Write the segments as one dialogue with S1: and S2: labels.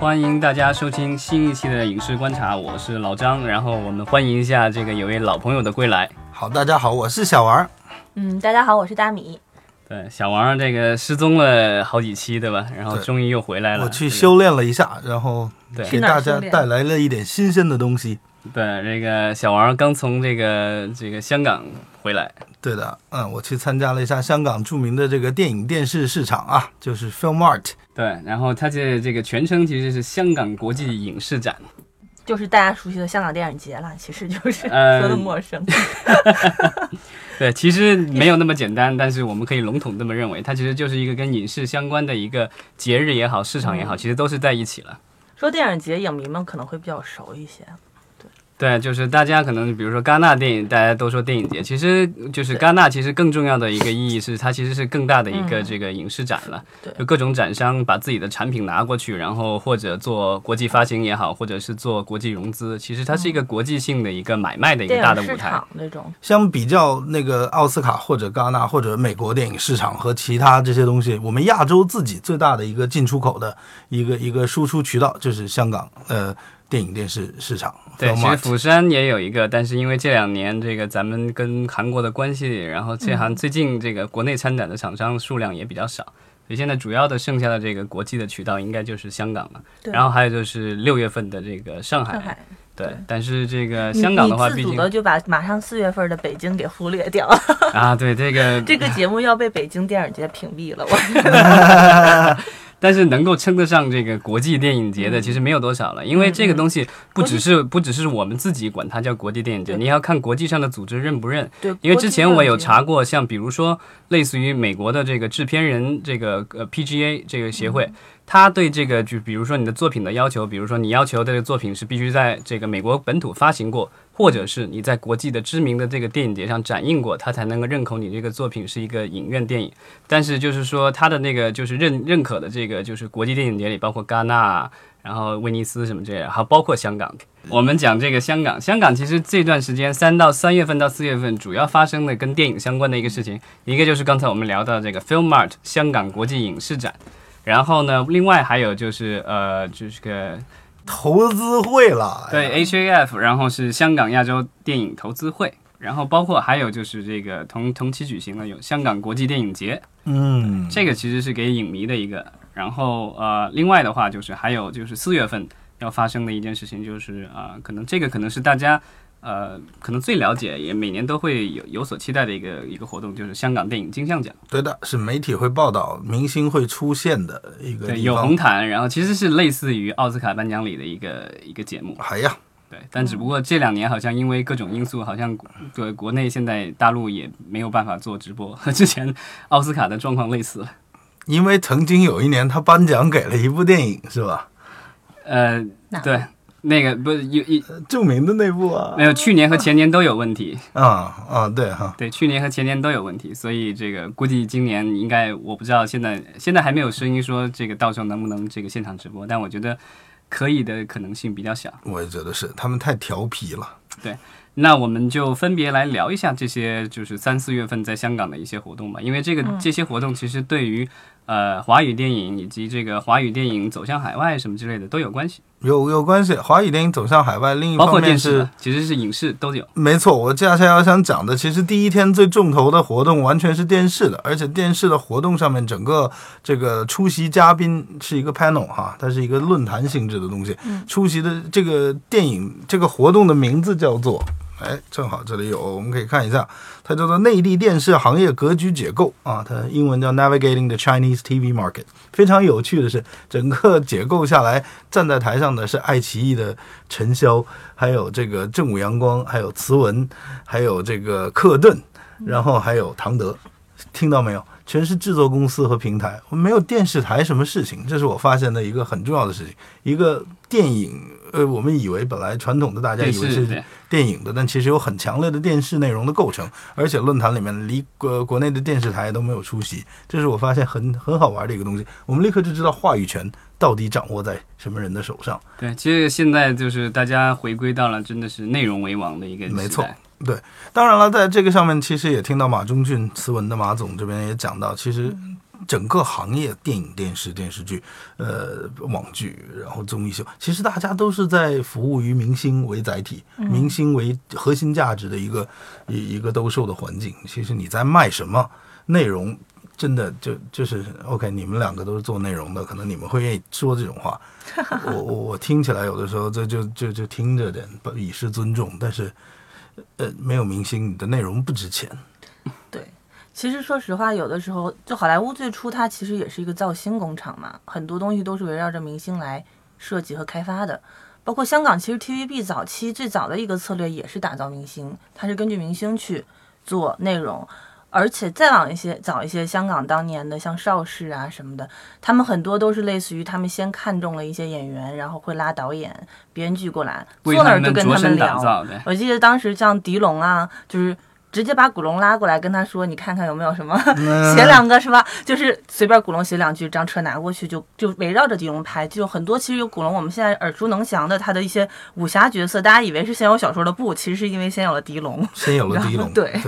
S1: 欢迎大家收听新一期的《影视观察》，我是老张。然后我们欢迎一下这个有位老朋友的归来。
S2: 好，大家好，我是小王。
S3: 嗯，大家好，我是大米。
S1: 对，小王这个失踪了好几期，对吧？然后
S2: 对
S1: 终于又回来了。
S2: 我去
S1: 这个
S2: 修炼了一下，然后
S1: 对
S2: 给
S3: 去哪儿
S2: 大家
S3: 修炼
S2: 带来了一点新鲜的东西。
S1: 对，这个小王刚从这个这个香港回来，
S2: 对的，嗯，我去参加了一下香港著名的这个电影电视市场啊，就是 Film Art。
S1: 对，然后他这这个全称其实是香港国际影视展，
S3: 就是大家熟悉的香港电影节了，其实就是
S1: 呃
S3: 说的陌生。
S1: 对，其实没有那么简单，但是我们可以笼统这么认为，它其实就是一个跟影视相关的一个节日也好，市场
S2: 嗯
S1: 也好，其实都是在一起了。
S3: 说电影节，影迷们可能会比较熟一些。
S1: 对，就是大家可能比如说戛纳电影，大家都说电影节，其实就是戛纳，其实更重要的一个意义是，它其实是更大的一个这个影视展了，
S3: 嗯对
S1: 就各种展商把自己的产品拿过去，然后或者做国际发行也好，或者是做国际融资，其实它是一个国际性的一个买卖的一个
S3: 电
S1: 大的
S3: 影
S1: 舞
S3: 嗯市
S1: 台。
S3: 场那种，
S2: 相比较那个奥斯卡或者戛纳或者美国电影市场和其他这些东西，我们亚洲自己最大的一个进出口的一个一个输出渠道就是香港呃电影电视市场。
S1: 对，
S2: Film
S1: 其实
S2: Art
S3: 嗯
S1: 釜山也有一个，但是因为这两年这个咱们跟韩国的关系，然后这行最近这个国内参展的厂商数量也比较少，所以现在主要的剩下的这个国际的渠道应该就是香港了，
S3: 对
S1: 然后还有就是六月份的这个上海，
S3: 上海、
S1: 对
S3: 对
S1: 但是这个呃香港的话，
S3: 你你
S1: 毕
S3: 自主
S1: 竟
S3: 的就把马上四月份的北京给忽略 掉了。
S1: 啊，对这个
S3: 这个节目要被北京电影节屏蔽了。我
S1: 但是能够称得上这个国际电影节
S3: 嗯
S1: 的，其实没有多少了，因为这个东西不只是不只是我们自己管它叫国际电影节，
S3: 对
S1: 你要看国际上的组织认不认。
S3: 对，
S1: 因为之前我有查
S3: 过，
S1: 过，像比如说类似于美国的这个制片人这个呃 PGA 这个协会，他对这个就比如说你的作品的要求，比如说你要求这个作品是必须在这个美国本土发行过，或者是你在国际的知名的这个电影节上展映过，他才能够认可你这个作品是一个影院电影。但是就是说他的那个就是认认可的这个就是国际电影节里，包括戛纳。啊然后威尼斯什么这样，还有包括香港。我们讲这个香港，香港其实这段时间三到三月份到四月份，主要发生的跟电影相关的一个事情，一个就是刚才我们聊到这个 Film Mart 香港国际影视展，然后呢，另外还有就是呃，就是个
S2: 投资会了，哎呀
S1: 对 HAF，然后是香港亚洲电影投资会，然后包括还有就是这个同同期举行的有香港国际电影节，
S2: 嗯，
S1: 这个其实是给影迷的一个。然后呃，另外的话就是还有就是四月份要发生的一件事情，就是啊、呃可能这个可能是大家呃可能最了解，也每年都会有有所期待的一个一个活动，就是香港电影金像奖。
S2: 对的，是媒体会报道明星会出现的一个
S1: 对，
S2: 地
S1: 有
S2: 方
S1: 红毯，然后其实是类似于奥斯卡颁奖礼的一个一个节目。
S2: 哎呀，
S1: 对，但只不过这两年好像因为各种因素，好像对国内现在大陆也没有办法做直播，和之前奥斯卡的状况类似。
S2: 因为曾经有一年他颁奖给了一部电影，是吧？
S1: 呃
S3: 哪，
S1: 对，那个不有一
S2: 著名的那部啊
S1: 没，有，去年和前年都有问题。
S2: 啊啊，对哈，
S1: 对，去年和前年都有问题，所以这个估计今年应该我不知道，现在现在还没有声音说这个到时候能不能这个现场直播，但我觉得可以的可能性比较小。
S2: 我也觉得是，他们太调皮了。
S1: 那我们就分别来聊一下这些，就是三四月份在香港的一些活动吧，因为这个这些活动其实对于呃华语电影以及这个华语电影走向海外什么之类的都有关系，
S2: 有有关系，华语电影走向海外，另一
S1: 包括
S2: 方
S1: 电
S2: 面
S1: 视
S2: 是
S1: 的，其实是影视都有。
S2: 没错，我恰恰要想讲的，其实第一天最重头的活动完全是电视的，而且电视的活动上面整个这个出席嘉宾是一个 panel 哈，它是一个论坛性质的东西。出席的这个电影这个活动的名字叫做，哎，正好这里有，我们可以看一下，它叫做《内地电视行业格局解构》啊，它英文叫 Navigating the Chinese TV Market。非常有趣的是，整个解构下来，站在台上的是爱奇艺的陈潇，还有这个正午阳光，还有慈文，还有这个克顿，然后还有唐德，听到没有？全是制作公司和平台，我没有电视台什么事情，这是我发现的一个很重要的事情。一个电影，呃，我们以为本来传统的大家
S1: 电
S2: 以为
S1: 视
S2: 是
S1: 对
S2: 电影的，但其实有很强烈的电视内容的构成，而且论坛里面离国、国内的电视台都没有出席，这是我发现很很好玩的一个东西。我们立刻就知道话语权到底掌握在什么人的手上。
S1: 对，其实现在就是大家回归到了真的是内容为王的一个时代
S2: 没错当然了，在这个上面其实也听到马中俊、慈文的马总这边也讲到，其实整个行业，电影、电视、电视剧，呃，网剧，然后综艺秀，其实大家都是在服务于明星为载体，明星为核心价值的一个一一个兜售的环境。其实你在卖什么内容，真的就就是 OK。你们两个都是做内容的，可能你们会愿意说这种话。我我我听起来有的时候这就就就听着点不以示尊重，但是呃，没有明星，你的内容不值钱。
S3: 对，其实说实话，有的时候就好莱坞最初它其实也是一个造星工厂嘛，很多东西都是围绕着明星来设计和开发的。包括香港，其实 TVB 早期最早的一个策略也是打造明星，它是根据明星去做内容。而且再往一些早一些，香港当年的像邵氏啊什么的，他们很多都是类似于他们先看中了一些演员，然后会拉导演、编剧过来，坐
S1: 为
S3: 那
S1: 他
S3: 儿就
S1: 们
S3: 跟
S1: 着
S3: 他们
S1: 身打
S3: 聊。
S1: 造的。
S3: 我记得当时像狄龙啊，就是直接把古龙拉过来，跟他说：“你看看有没有什么
S2: 嗯
S3: 写两个是吧？”就是随便古龙写两句，张彻拿过去就就围绕着狄龙拍，就有很多其实有古龙我们现在耳熟能详的他的一些武侠角色，大家以为是先有小说的不，其实是因为先有了狄龙。
S2: 先有了
S3: 然后
S2: 狄龙，
S3: 对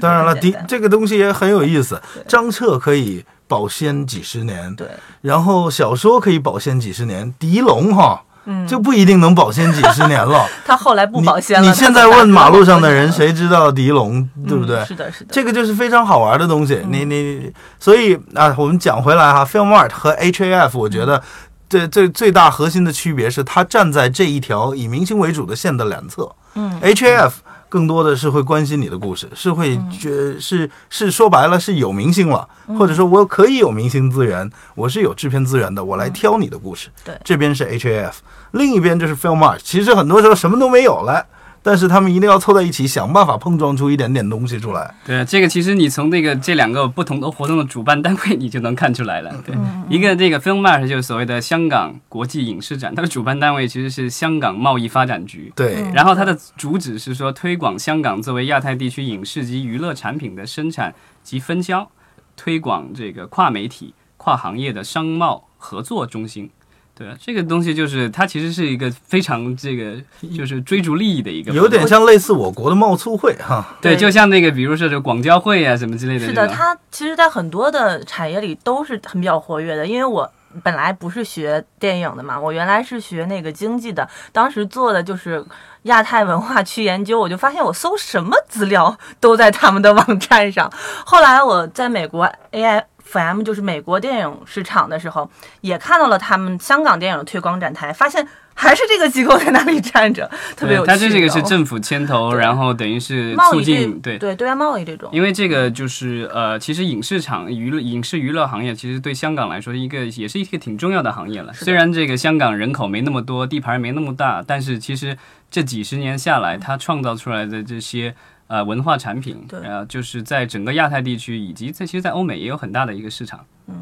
S2: 当然了，
S3: 简
S2: 狄
S3: 单
S2: 这个东西也很有意思。张彻可以保鲜几十年，
S3: 对，
S2: 然后小说可以保鲜几十年，狄龙哈，嗯，就不一定能保鲜几十年了。
S3: 他后 来不
S2: 你
S3: 保鲜
S2: 你
S3: 了。他
S2: 现
S3: 就
S2: 在
S3: 打
S2: 问
S3: 字
S2: 马
S3: 了
S2: 路上的人，？谁知道狄龙，对不对？
S3: 嗯是的，嗯是的。
S2: 这个就是非常好玩的东西。你你，所以啊，我们讲回来哈，Filmart 和 HAF，我
S3: 嗯
S2: 觉得最最最大核心的区别是，它站在这一条以明星为主的线的两侧。嗯，HAF 更多的是会关心你的故事，是会
S3: 嗯
S2: 觉是是说白了是有明星了，或者说我可以有明星资源，我是有制片资源的，我来挑你的故事。
S3: 嗯对
S2: 这边是 HAF，另一边就是 Filmart。其实很多时候什么都没有了。但是他们一定要凑在一起，想办法碰撞出一点点东西出来。
S1: 对，这个其实你从那个这两个不同的活动的主办单位，你就能看出来
S2: 嗯
S1: 了。对，
S3: 嗯
S1: 一个这个 Filmart 就是所谓的香港国际影视展，它的主办单位其实是香港贸易发展局。
S2: 对，
S1: 然后它的主旨是说推广香港作为亚太地区影视及娱乐产品的生产及分销，推广这个跨媒体、跨行业的商贸合作中心。对，这个东西就是它其实是一个非常这个就是追逐利益的一个活动，
S2: 有点像类似我国的贸促会哈，
S1: 对，
S3: 对
S1: 就像那个比如说这广交会啊什么之类的这
S3: 是
S1: 种。
S3: 的，它其实，在很多的产业里都是很比较活跃的。因为我本来不是学电影的嘛，我原来是学那个经济的，当时做的就是亚太文化区研究，我就发现我搜什么资料都在他们的网站上。后来我在美国 AI。FM 就是美国电影市场的时候，也看到了他们香港电影的推广展台，发现还是这个机构在那里站着，特别
S1: 对，
S3: 有趣的
S1: 它
S3: 哦。
S1: 这这个是政府牵头，
S3: 对
S1: 然后等于是
S3: 贸
S1: 促
S3: 易这
S1: 进对。
S3: 对对外贸易这种，
S1: 因为这个就是呃，其实影视场娱乐、影视娱乐行业，其实对香港来说，一个也是一个挺重要的行业了。
S3: 的
S1: 虽然这个香港人口没那么多，地盘没那么大，但是其实这几十年下来，它创造出来的这些呃文化产品，
S3: 对
S1: 呃，就是在整个亚太地区以及在其实，在欧美也有很大的一个市场。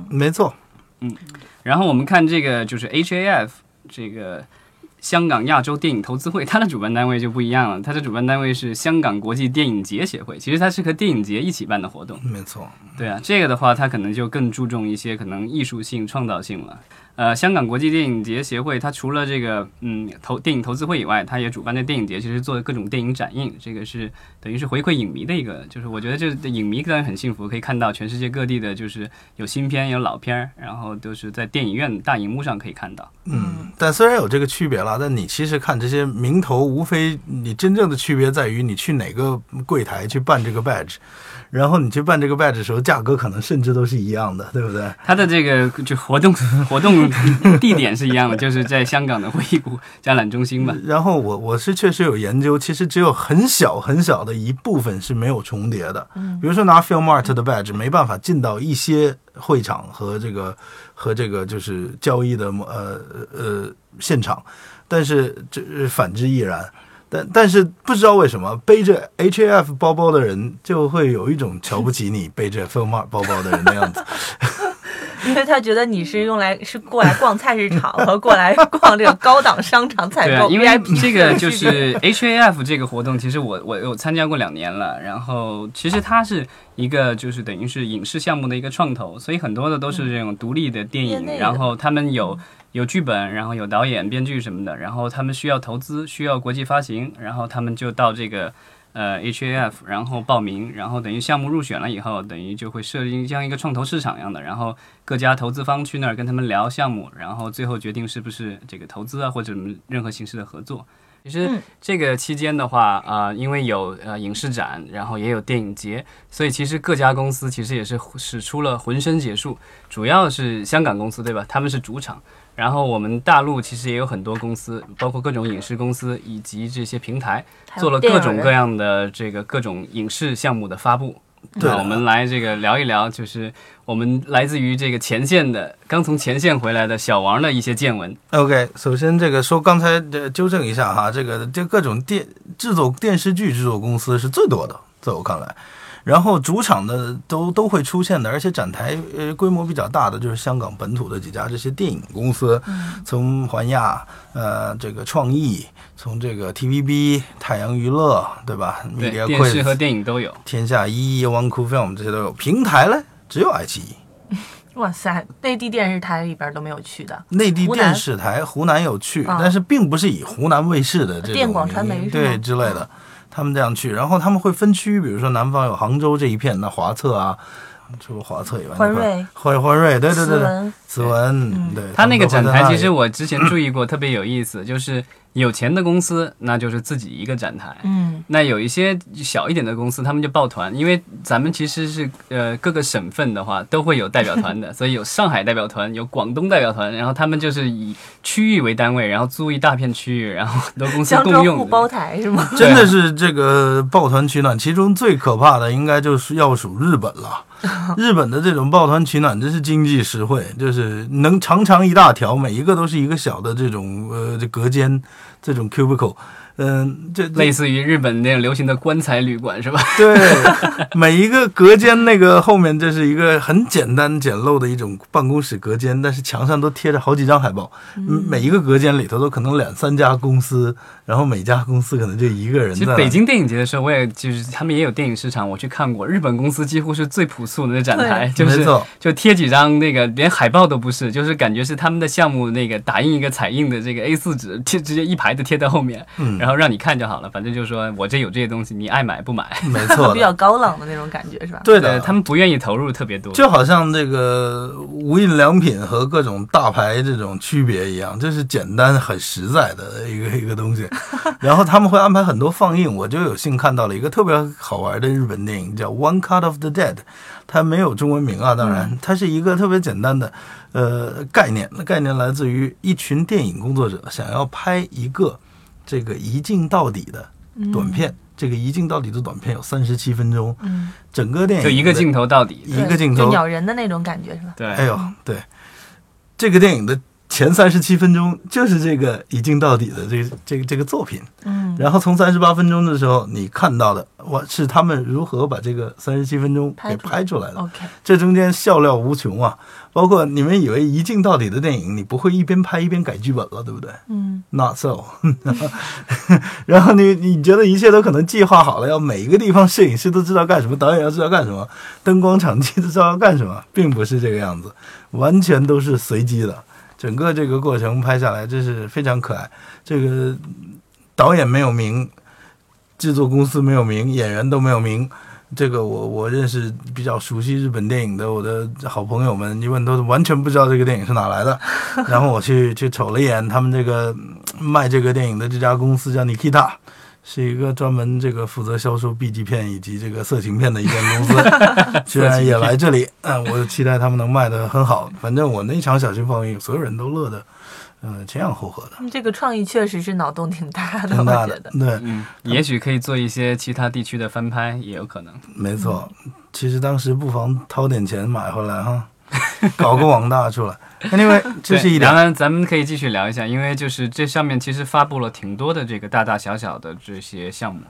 S2: 没错，
S1: 然后我们看这个就是 HAF 这个香港亚洲电影投资会，它的主办单位就不一样了，它的主办单位是香港国际电影节协会，其实它是和电影节一起办的活动。
S2: 没错，
S1: 对啊，这个的话，它可能就更注重一些可能艺术性、创造性了。呃，香港国际电影节协会，它除了这个嗯投电影投资会以外，它也主办的电影节，其实做各种电影展映，这个是等于是回馈影迷的一个，就是我觉得这影迷当然很幸福，可以看到全世界各地的，就是有新片有老片儿，然后都是在电影院大荧幕上可以看到。
S2: 嗯，但虽然有这个区别了，但你其实看这些名头，无非你真正的区别在于你去哪个柜台去办这个 badge，然后你去办这个 badge 的时候，价格可能甚至都是一样的，对不对？
S1: 它的这个就活动活动地点是一样的，就是在香港的会议谷 展览中心吧。
S2: 然后我我是确实有研究，其实只有很小很小的一部分是没有重叠的。比如说拿 Filmart 的 badge 没办法进到一些会场和这个和这个就是交易的呃呃现场，但是这呃反之亦然。但但是不知道为什么背着 HAF 包包的人就会有一种瞧不起你背着 Filmart 包包的人的样子。
S3: 因 为他觉得你是用来是过来逛菜市场和过来逛这个高档商场采
S1: 对啊
S3: 购，
S1: 因
S3: VIP
S1: 为这个就
S3: 区域
S1: 是 HAF 这个活动，其实我我有参加过两年了。然后其实它是一个就是等于是影视项目的一个创投，所以很多的都是这种独立的电
S3: 嗯业
S1: 影，
S3: 内的嗯
S1: 然后他们有有剧本，然后有导演、编剧什么的，然后他们需要投资，需要国际发行，然后他们就到这个。呃 HAF，然后报名，然后等于项目入选了以后，等于就会设立像一个创投市场一样的，然后各家投资方去那儿跟他们聊项目，然后最后决定是不是这个投资啊或者任何形式的合作。其实
S3: 嗯
S1: 这个期间的话啊、呃因为有呃影视展，然后也有电影节，所以其实各家公司其实也是使出了浑身解数，主要是香港公司对吧？他们是主场。然后我们大陆其实也有很多公司，包括各种影视公司以及这些平台，
S3: 还有
S1: 做了
S3: 电
S1: 各
S3: 影
S1: 种
S3: 人
S1: 各样的这个各种影视项目的发布。
S2: 对
S1: 那我们来这个聊一聊，就是我们来自于这个前线的，刚从前线回来的小王的一些见闻。
S2: OK，首先这个说刚才这纠正一下哈，这个这各种电制作电视剧制作公司是最多的，在我看来。然后主场的都都会出现的，而且展台呃规模比较大的就是香港本土的几家这些电影公司，
S1: 嗯
S2: 从环亚呃这个创意，从这个 TVB 太阳娱乐对吧
S1: 对，
S2: ？Media
S1: 电视
S2: Quiz
S1: 和电影都有。
S2: 天下一、One Cool Film 这些都有，平台嘞只有爱奇艺。
S3: 哇塞，内地电视台里边都没有去的，
S2: 内地
S3: 湖南
S2: 电视台湖南有去，
S3: 啊
S2: 但是并不是以湖南卫视的这种
S3: 电广传媒
S2: 名义
S3: 是吗
S2: 对之类的，他们这样去，然后他们会分区，比如说南方有杭州这一片，那华策啊，除了华策以外，
S3: 欢瑞
S2: 欢欢瑞，对对
S3: 斯
S2: 对对，
S3: 文嗯
S2: 子文，对，
S1: 他那个展台，其实
S2: 我
S1: 我之前注意过，特别有意思，就是有钱的公司，那就是自己一个展台。
S3: 嗯，
S1: 那有一些小一点的公司，他们就抱团，因为咱们其实是呃各个省份的话都会有代表团的，所以有上海代表团，有广东代表团，然后他们就是以区域为单位，然后租一大片区域，然后很多公司
S3: 江
S1: 共
S3: 浙沪
S1: 用。
S3: 包台是吗？
S2: 真的是这个抱团取暖，其中最可怕的应该就是要数日本 了。日本的这种抱团取暖真是经济实惠，就是能长长一大条，每一个都是一个小的这种呃这隔间，这种 cubicle，嗯、这
S1: 类似于日本那种流行的棺材旅馆是吧？
S2: 对，每一个隔间那个后面这是一个很简单简陋的一种办公室隔间，但是墙上都贴着好几张海报，嗯每一个隔间里头都可能两三家公司，然后每家公司可能就一个人
S1: 其
S2: 在
S1: 实
S2: 那
S1: 北京电影节的时候，我也就是他们也有电影市场，我去看过。日本公司几乎是最朴素的那展台，就
S2: 没
S1: 是
S2: 错
S1: 就贴几张那个连海报都不是，就是感觉是他们的项目那个打印一个彩印的这个 A 4纸贴直接一排的贴在后面，
S2: 嗯
S1: 然后让你看就好了。反正就是说我这有这些东西，你爱买不买。
S2: 没错的，
S3: 比较高冷的那种感觉是吧？
S2: 对
S1: 呃
S2: 的，
S1: 他们不愿意投入特别多。
S2: 就好像这个无印良品和各种大牌这种区别一样，这是简单很实在的一个一个东西。然后他们会安排很多放映，我就有幸看到了一个特别好玩的日本电影，叫《One Cut of the Dead》，它没有中文名啊，当
S1: 嗯
S2: 然，它是一个特别简单的呃概念，概念来自于一群电影工作者想要拍一个这个一镜到底的短
S1: 嗯
S2: 片。这个一镜到底的短片有三十七分钟，
S3: 嗯，
S2: 整个电影
S1: 就一个
S2: 的
S1: 镜头到底，
S2: 一个
S3: 对
S2: 镜
S3: 就
S2: 头
S3: 咬人的那种感觉是吧？
S1: 对，
S2: 哎呦，对，这个电影的前三十七分钟就是这个一镜到底的这个这个这个作品，
S3: 嗯，
S2: 然后从三十八分钟的时候，你看到的我是他们如何把这个三十七分钟给
S3: 拍出来
S2: 拍出来的，
S3: OK，
S2: 这中间笑料无穷啊！包括你们以为一镜到底的电影，你不会一边拍一边改剧本了，对不对？
S3: 嗯
S2: Not so，然后你你觉得一切都可能计划好了，要每一个地方摄影师都知道干什么，导演要知道干什么，灯光场记都知道要干什么，并不是这个样子，完全都是随机的。整个这个过程拍下来，真是非常可爱。这个导演没有名，制作公司没有名，演员都没有名。这个我我认识比较熟悉日本电影的我的好朋友们，一问都完全不知道这个电影是哪来的。然后我去去瞅了一眼他们这个嗯卖这个电影的这家公司叫 Nikita，是一个专门这个负责销售 B 级片以及这个色情片的一间公 司，居然也来这里。嗯、我期待他们能卖得很好。反正我那场小型放映，所有人都乐得，嗯、前仰后合的，
S3: 这个创意确实是脑洞挺大的，
S2: 挺大
S3: 我
S2: 的
S3: 觉得。。
S2: 对，
S1: 嗯，也许可以做一些其他地区的翻拍，也有可能。
S2: 没错，其实当时不妨掏点钱买回来哈，搞个网大出来。Anyway，这 是一
S1: 对然
S2: 点。
S1: 后咱们可以继续聊一下，因为就是这上面其实发布了挺多的这个大大小小的这些项目，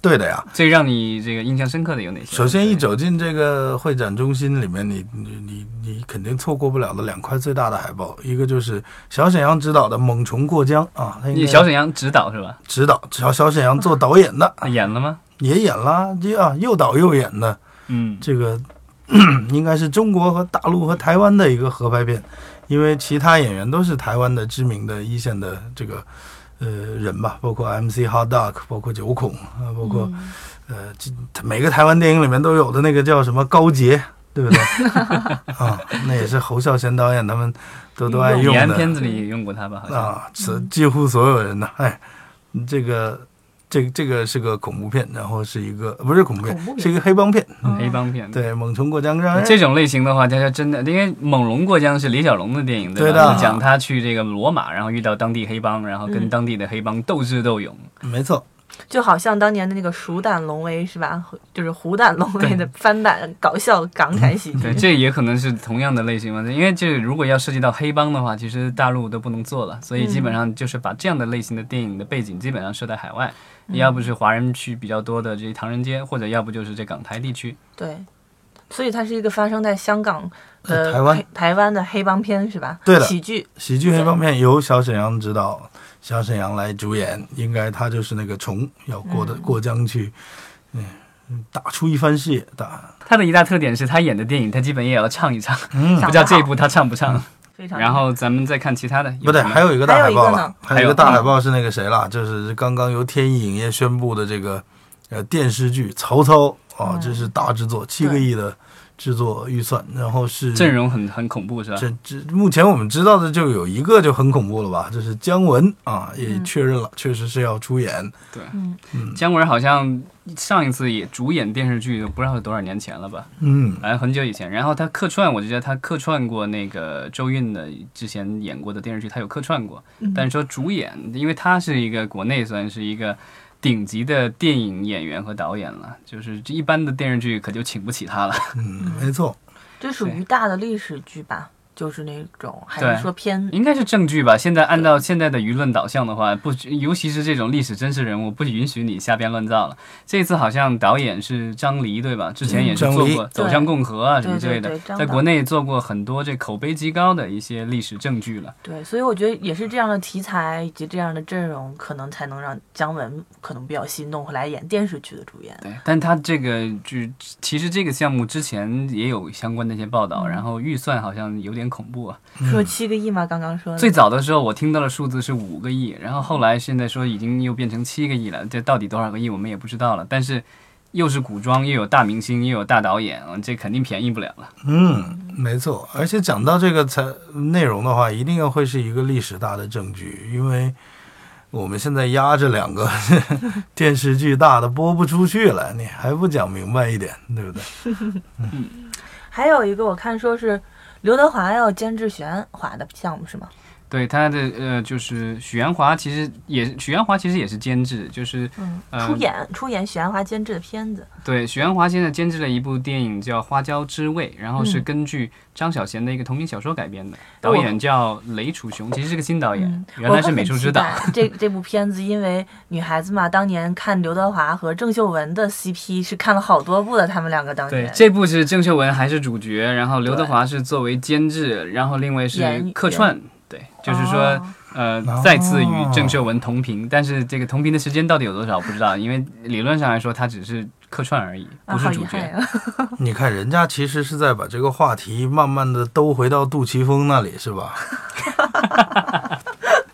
S2: 对的呀。
S1: 最让你这个印象深刻的有哪些？
S2: 首先一走进这个会展中心里面，你你你你肯定错过不了的两块最大的海报，一个就是小沈阳执导的《猛虫过江》啊，他应
S1: 你
S2: 该
S1: 小沈嗯阳指导是吧？啊
S2: 执导，小小沈阳做导演的，
S1: 演了吗？
S2: 也演啦，这啊又导又演的，
S1: 嗯，
S2: 这个 应该是中国和大陆和台湾的一个合拍片，因为其他演员都是台湾的知名的一线的这个呃人吧，包括 MC Hot Dog，包括九孔啊，包括、
S3: 嗯
S2: 呃这每个台湾电影里面都有的那个叫什么高洁，对 不对？啊，那也是侯孝贤导演他们都都爱
S1: 李
S2: 用
S1: 安
S2: 的。
S1: 片子里也用过他吧？好像。
S2: 啊，此几乎所有人呢， 哎，这个这这个是个恐怖片，然后是一个不是恐怖片，
S3: 恐怖片
S2: 是一个黑帮片，
S1: 嗯黑帮片。
S2: 对，猛冲过江让，
S1: 这种类型的话，大家真的，因为《猛龙过江》是李小龙的嗯电影，
S2: 对
S1: 吧？
S2: 的
S1: 就讲他去这个罗马，然后遇到当地黑帮，然后跟当地的黑帮斗智斗勇。
S2: 没错，
S3: 嗯就好像当年的那个鼠胆龙威是吧？就是虎胆龙威的翻版搞笑港产喜剧。
S1: 嗯 对，这也可能是同样的类型嘛。因为这如果要涉及到黑帮的话，其实大陆都不能做了，所以基本上就是把这样的类型的电影的背景基本上设在海外，要不是华人区比较多的这唐人街，或者要不就是这港台地区。
S3: 对，所以它是一个发生在香港的
S2: 呃台湾
S3: 黑台湾的黑帮片是吧？
S2: 对的
S3: 喜剧
S2: 喜剧黑帮片由小沈阳执导，小沈阳来主演，应该他就是那个虫要过的、过江去，嗯，打出一番事业，打
S1: 他的一大特点是他演的电影，他基本也要唱一唱，
S2: 嗯
S1: 不知道这一部他唱不唱。
S3: 非常。
S1: 然后咱们再看其他的，
S2: 不对，
S1: 什么
S2: 还有一个大海报
S1: 还有一个
S2: 了，
S1: 呢嗯
S2: 还有一个大
S1: 还有
S2: 海报是那个谁了，就是刚刚由天翼影业宣布的这个呃电视剧《曹操》啊，这是大制作，七个
S3: 对
S2: 亿的制作预算，然后是
S1: 阵容很很恐怖是吧？
S2: 这这目前我们知道的就有一个就很恐怖了吧，就是姜文啊，也确认了，确实是要出演。
S1: 对，
S3: 嗯
S1: 姜文好像上一次也主演电视剧，不知道是多少年前了吧？
S2: 嗯，
S1: 反正很久以前。然后他客串，我就觉得他客串过那个周韵的之前演过的电视剧，他有客串过。
S3: 嗯
S1: 但是说主演，因为他是一个国内算是一个顶级的电影演员和导演了，就是这一般的电视剧可就请不起他了。
S2: 嗯，没错，
S3: 这属于大的历史剧吧，就是那种还
S1: 对
S3: 是说偏
S1: 应该是正剧吧？现在按照现在的舆论导向的话，不许，尤其是这种历史真实人物，不允许你瞎编乱造了。这次好像导演是张黎，对吧？之前也是
S2: 张黎
S1: 做过《走向共和》啊
S3: 嗯对
S1: 什么之类
S3: 对
S1: 的
S3: 对对，张
S1: 在
S3: 导
S1: 国内做过很多这口碑极高的一些历史正剧了。
S3: 对，所以我觉得也是这样的题材以及这样的阵容，可能才能让姜文可能比较心动，会来演电视剧的主演。
S1: 对，但他这个剧其实这个项目之前也有相关的一些报道，然后预算好像有点恐怖啊。
S3: 说七个亿吗？刚刚说的
S1: 最早的时候我听到的数字是五个亿，然后后来现在说已经又变成七个亿了，这到底多少个亿我们也不知道了。但是又是古装，又有大明星，又有大导演，嗯这肯定便宜不了了。
S2: 嗯，没错。而且讲到这个才内容的话，一定要会是一个历史大的证据，因为我们现在压着两个 电视剧大的播不出去了，你还不讲明白一点，对不对？
S3: 还有一个我看说是刘德华要监制许鞍华的项目是吗？
S1: 对他的呃，就是许鞍华，其实也许鞍华其实也是监制，就是、
S3: 嗯，
S1: 呃、
S3: 出演出演许鞍华监制的片子。
S1: 对，许鞍华现在监制了一部电影叫《花椒之味》，然后是
S3: 嗯
S1: 根据张小娴的一个同名小说改编的，
S3: 哦
S1: 导演叫雷楚雄，其实是个新导演，
S3: 嗯
S1: 原来是美术指导
S3: 我。会很期待这这部片子，因为女孩子嘛，当年看刘德华和郑秀文的 CP 是看了好多部的，他们两个当
S1: 对
S3: 年，。
S1: 这部是郑秀文还是主角，然后刘德
S3: 对
S1: 华是作为监制，然后另外是
S3: 演
S1: 客串，对，就是说、
S3: 哦
S1: 呃
S2: 哦
S1: 再次与郑秀文同频，但是这个同频的时间到底有多少不知道，因为理论上来说他只是客串而已，
S3: 啊，
S1: 不是
S3: 好
S1: 主
S3: 遗
S1: 角。
S3: 憾 呀！
S2: 你看人家其实是在把这个话题慢慢的兜回到杜琪峰那里，是吧？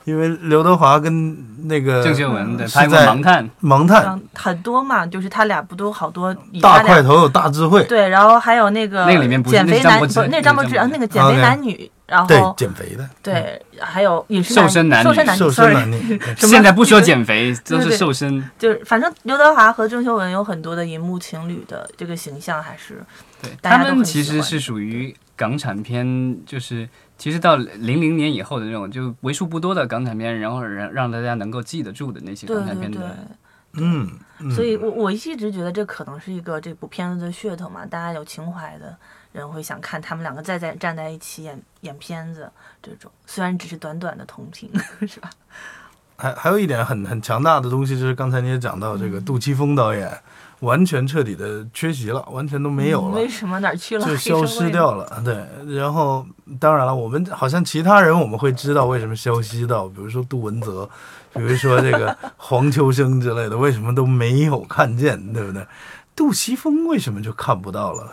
S2: 因为刘德华跟那个
S1: 郑秀文对
S2: 嗯是
S1: 拍过《
S2: 在
S1: 盲探》，
S2: 盲探
S3: 嗯很多嘛，就是他俩不都好多以他
S2: 大
S3: 俩
S2: 块头有大智慧，
S3: 对，然后还有那个
S1: 那个里面不是
S3: 减
S1: 那是
S3: 肥
S1: 张
S3: 男，
S1: 柏芝
S3: 不是那
S1: 那
S3: 是
S1: 是
S3: 张柏
S1: 张柏
S3: 芝，啊，
S1: 芝
S3: 那个减肥
S2: OK
S3: 男女，然
S2: 对
S3: 后
S2: 减肥的
S3: 对，还有饮食
S1: 瘦身男
S3: 瘦身
S1: 女
S3: 男
S2: 瘦身
S3: sorry，
S2: 男女，
S3: 什么
S1: 现在不说减肥，都
S3: 对
S1: 是
S3: 对
S1: 瘦身。
S3: 就是反正刘德华和郑秀文有很多的银幕情侣的这个形象，还是
S1: 对，
S3: 大
S1: 他
S3: 家都
S1: 们
S3: 很
S1: 其
S3: 喜
S1: 实
S3: 欢
S1: 是属于港产片，就是其实到零零年以后的那种，就为数不多的港产片，然后让让大家能够记得住的那些
S3: 对
S1: 港产
S3: 对
S1: 片的。
S3: 对。
S2: 嗯，嗯
S3: 所以我我一直觉得这可能是一个这部片子的噱头嘛，大家有情怀的人会想看他们两个再在站在一起演演片子这种，虽然只是短短的同屏， 是吧？
S2: 还还有一点很很强大的东西，就是刚才你也讲到这个杜琪峰导演完全彻底的缺席了，完全都没有了
S3: 为。什么哪儿嗯去了？
S2: 就
S3: 黑
S2: 消
S3: 社
S2: 失
S3: 会
S2: 掉了，对。然后，当然了，我们好像其他人我们会知道为什么消失到，比如说杜文泽，比如说这个黄秋生之类的，为什么都没有看见，对不对？杜琪峰为什么就看不到了？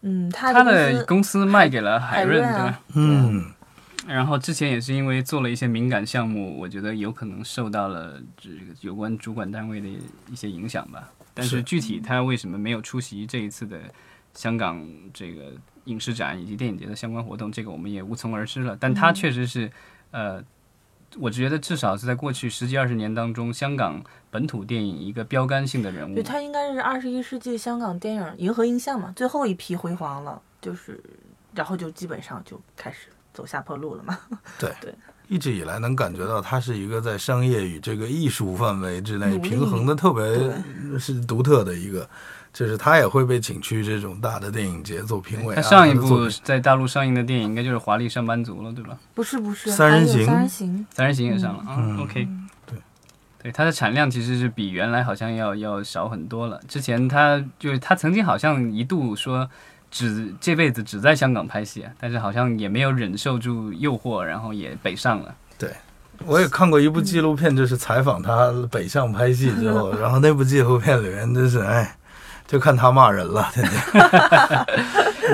S3: 嗯，他
S1: 他
S3: 的公
S1: 的
S3: 司
S1: 公司卖给了
S3: 海
S1: 海润，
S3: 啊
S1: 对吧？
S2: 嗯，
S1: 然后之前也是因为做了一些敏感项目，我觉得有可能受到了这个有关主管单位的一些影响吧。但是
S2: 是嗯
S1: 具体他为什么没有出席这一次的香港这个影视展以及电影节的相关活动，这个我们也无从而知了。但
S2: 嗯
S1: 他确实是，呃，我觉得至少是在过去十几二十年当中，香港本土电影一个标杆性的人物
S3: 对，。他应该是二十一世纪香港电影银河映像嘛，最后一批辉煌了，就是，然后就基本上就开始走下坡路了嘛。
S2: 一直以来能感觉到他是一个在商业与这个艺术范围之内
S3: 努力
S2: 平衡的特别
S3: 对
S2: 是独特的一个，就是他也会被请去这种大的电影节做评委、啊。
S1: 他上一
S2: 的作
S1: 部
S2: 品
S1: 在大陆上映的电影应该就是《华丽上班族》了，对吧？
S3: 不是不是，
S2: 三人
S3: 还有
S2: 行
S3: 三人行，
S1: 三人行也上了啊、
S2: 嗯
S1: o k
S2: 对，
S1: 对，它的产量其实是比原来好像要要少很多了。之前他就是他曾经好像一度说只这辈子只在香港拍戏，但是好像也没有忍受住诱惑，然后也北上了。
S2: 我也看过一部纪录片，就是采访他北上拍戏之后，
S3: 嗯
S2: 然后那部纪录片里面真是哎，就看他骂人了，天 天。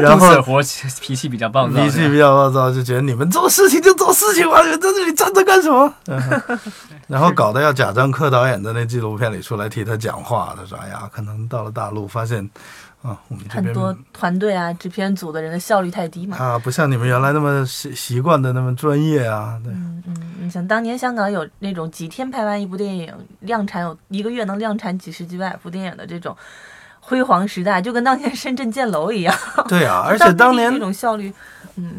S2: 然
S1: 杜
S2: 后
S1: 死活脾气比较暴躁，
S2: 脾气比较暴躁，就觉得你们做事情就做事情吧，你们在这里站着干 什么？嗯然后搞得要贾樟柯导演在那纪录片里出来替他讲话，他说：“哎呀，可能到了大陆发现啊，我们这
S3: 很
S2: 边
S3: 多团队啊、制片组的人的效率太低嘛。
S2: 啊不像你们原来那么习习惯的那么专业啊。”对，
S3: 嗯嗯，你想当年香港有那种几天拍完一部电影，量产有一个月能量产几十几百部电影的这种辉煌时代，就跟当年深圳建楼一样。
S2: 对啊，而且当年
S3: 哦这种效率，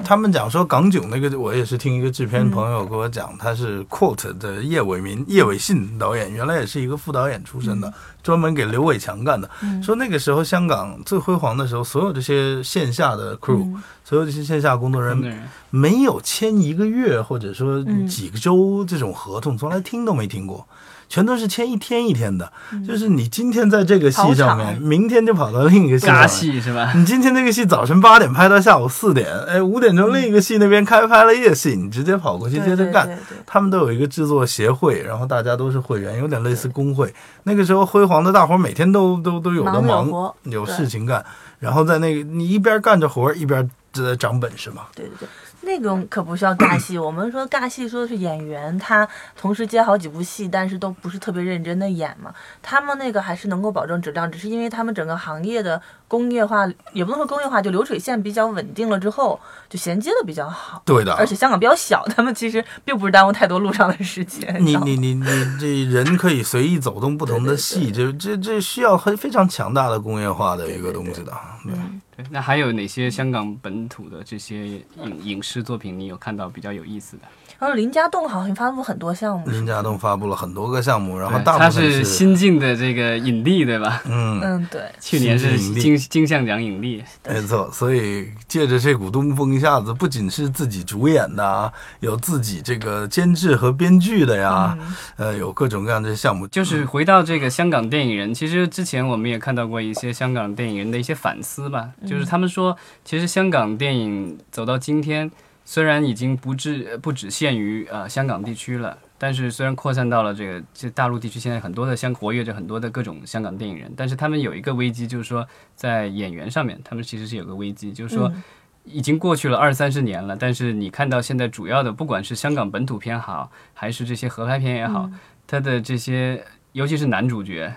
S2: 他们讲说港囧那个，我也是听一个制
S3: 嗯
S2: 片朋友给我讲，他是 quote 的叶伟民、叶伟信导演，原来也是一个副导演出身
S3: 嗯
S2: 的，专门给刘伟强干的。说那个时候香港最辉煌的时候，所有这些线下的 crew，、所
S3: 嗯
S2: 有这些线下工作人
S1: 真
S2: 员
S1: 的人
S2: 没有签一个月或者说
S3: 嗯
S2: 几个周这种合同，从来听都没听过。全都是签一天一天的，就是你今天在这个戏
S3: 跑
S2: 上
S3: 嗯场
S2: 面，明天就跑到另一个戏上
S1: 尬
S2: 面，
S1: 戏是吧？
S2: 你今天这个戏早晨八点拍到下午四点，哎，五点钟另一个戏那边开拍了夜戏，你直接跑过去
S3: 对
S2: 接
S3: 对
S2: 着
S3: 对
S2: 干。
S3: 对，
S2: 他们都有一个制作协会，然后大家都是会员，有点类似工会。那个时候辉煌的大伙儿每天都都都有的
S3: 忙着有
S2: 忙，
S3: 活
S2: 有
S3: 对
S2: 事情干，然后在那个你一边干着活儿一边在长本事嘛。
S3: 对对对，那种可不是要尬戏。我们说尬戏说的是演员，他同时接好几部戏，但是都不是特别认真的演嘛。他们那个还是能够保证质量，只是因为他们整个行业的工业化，也不能说工业化，就流水线比较稳定了之后，就衔接的比较好。
S2: 对的，
S3: 而且香港比较小，他们其实并不是耽误太多路上的时间。
S2: 你
S3: 知道吗
S2: 你你你这人可以随意走动不同的戏，这这这需要很非常强大的工业化的一个东西的。对
S1: 对，那还有哪些香港本土的这些影影视作品你有看到比较有意思的？
S3: 然后林家栋好像发布很多项目，
S2: 林家栋发布了很多个项目，然后
S1: 对
S2: 大
S1: 它
S2: 部分
S1: 是新晋的这个影帝对吧？
S2: 嗯
S3: 嗯，对，
S1: 去年是
S2: 新晋影帝
S1: 金金像奖影帝，
S2: 没错，所以借着这股东风，一下子不仅是自己主演的、啊，有自己这个监制和编剧的呀，
S1: 嗯
S2: 呃，有各种各样的项目，
S1: 就是回到这个香港电影人，其实之前我们也看到过一些香港电影人的一些反思吧，就是他们说，其实香港电影走到今天，虽然已经不至呃不只限于呃香港地区了，但是虽然扩散到了这个这大陆地区，现在很多的香活跃着很多的各种香港电影人，但是他们有一个危机，就是说在演员上面，他们其实是有个危机，就是
S3: 嗯
S1: 说。已经过去了二三十年了，但是你看到现在主要的，不管是香港本土片好，还是这些合拍片也好，他的这些，尤其是男主角，